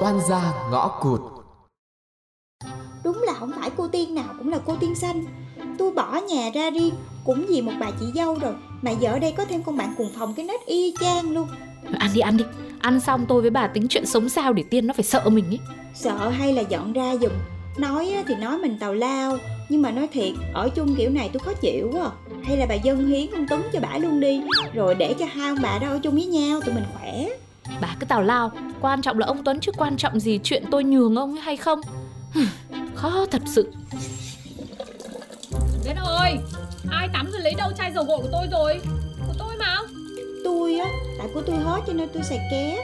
oan gia ngõ cụt Đúng là không phải cô tiên nào cũng là cô tiên xanh Tôi bỏ nhà ra riêng Cũng vì một bà chị dâu rồi Mà giờ ở đây có thêm con bạn cùng phòng cái nết y chang luôn Ăn đi ăn đi Ăn xong tôi với bà tính chuyện sống sao để tiên nó phải sợ mình ấy Sợ hay là dọn ra giùm Nói á thì nói mình tào lao Nhưng mà nói thiệt Ở chung kiểu này tôi khó chịu quá à. Hay là bà dân hiến con Tuấn cho bả luôn đi Rồi để cho hai ông bà đó ở chung với nhau Tụi mình khỏe Bà cứ tào lao Quan trọng là ông Tuấn chứ quan trọng gì chuyện tôi nhường ông ấy hay không Hừm, Khó thật sự Tuyết ơi Ai tắm rồi lấy đâu chai dầu gội của tôi rồi Của tôi mà Tôi á Tại của tôi hết cho nên tôi xài ké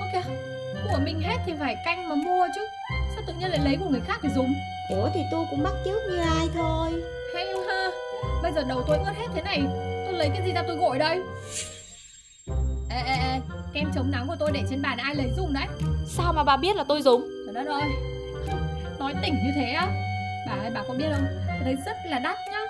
Ok Của mình hết thì phải canh mà mua chứ Sao tự nhiên lại lấy của người khác để dùng Ủa thì tôi cũng bắt chước như ai thôi Hay ha Bây giờ đầu tôi ướt hết thế này Tôi lấy cái gì ra tôi gội đây Ê ê ê Kem chống nắng của tôi để trên bàn ai lấy dùng đấy Sao mà bà biết là tôi dùng Trời đất ơi Nói tỉnh như thế á Bà ơi bà có biết không Cái đấy rất là đắt nhá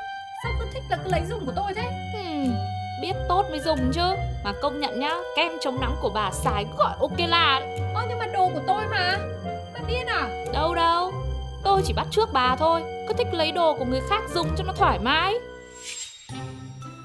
Sao cứ thích là cứ lấy dùng của tôi thế Hừm, Biết tốt mới dùng chứ Mà công nhận nhá Kem chống nắng của bà xài cứ gọi ok là đấy. Ơ nhưng mà đồ của tôi mà Bà điên à Đâu đâu Tôi chỉ bắt trước bà thôi Cứ thích lấy đồ của người khác dùng cho nó thoải mái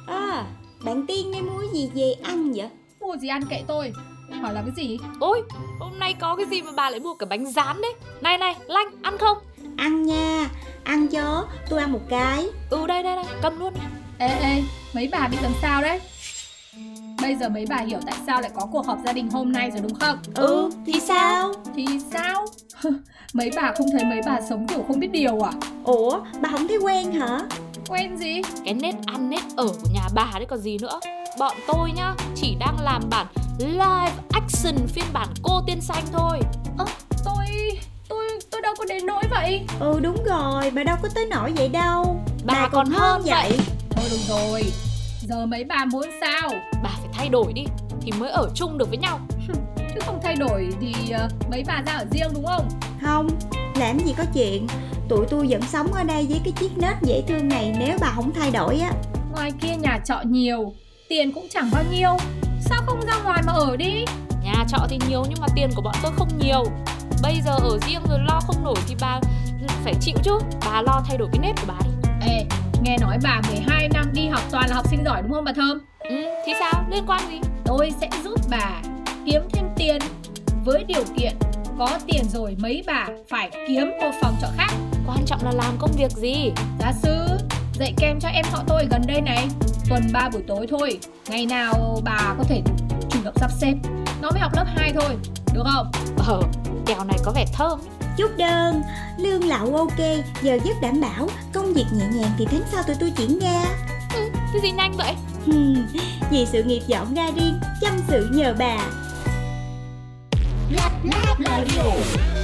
À Bạn Tiên đi mua gì về ăn vậy Mua gì ăn kệ tôi Hỏi là cái gì Ôi hôm nay có cái gì mà bà lại mua cả bánh rán đấy Này này Lanh ăn không Ăn nha Ăn chó Tôi ăn một cái Ừ đây đây đây cầm luôn Ê ê, mấy bà bị làm sao đấy? Bây giờ mấy bà hiểu tại sao lại có cuộc họp gia đình hôm nay rồi đúng không? Ừ thì sao Thì sao? mấy bà không thấy mấy bà sống kiểu không biết điều à? Ủa bà không thấy quen hả Quen gì? Cái nết ăn nết ở của nhà bà đấy còn gì nữa Bọn tôi nhá Chỉ đang làm bản live action phiên bản cô tiên xanh thôi Tôi... tôi... tôi đâu có đến nỗi vậy Ừ đúng rồi Bà đâu có tới nổi vậy đâu Bà, còn hơn vậy Thôi được rồi, giờ mấy bà muốn sao? Bà phải thay đổi đi Thì mới ở chung được với nhau Chứ không thay đổi thì ờ, mấy bà ra ở riêng đúng không? Không Làm gì có chuyện Tụi tôi vẫn sống ở đây với cái chiếc nết dễ thương này Nếu bà không thay đổi á Ngoài kia nhà trọ nhiều, tiền cũng chẳng bao nhiêu Sao không ra ngoài mà ở đi? Nhà trọ thì nhiều nhưng mà tiền của bọn tôi không nhiều Bây giờ ở riêng rồi lo không nổi thì bà phải chịu chứ Bà lo thay đổi cái nết của bà đi Ê, nghe nói bà 12 năm đi học toàn là học sinh giỏi đúng không bà Thơm? Ừ thì sao liên quan gì tôi sẽ giúp bà kiếm thêm tiền với điều kiện có tiền rồi mấy bà phải kiếm một phòng trọ khác Quan trọng là làm công việc gì giáo sư dạy kem cho em họ tôi gần đây này tuần 3 buổi tối thôi ngày nào bà có thể chủ động sắp xếp nó mới học lớp 2 thôi được không Ờ kèo này có vẻ thơm Chúc đơn Lương lậu ok Giờ giấc đảm bảo Công việc nhẹ nhàng thì tháng sau tụi tôi chuyển ra Cái gì nhanh vậy Hmm, Vì sự nghiệp dọn ra riêng Chăm sự nhờ bà Lab Lab Radio.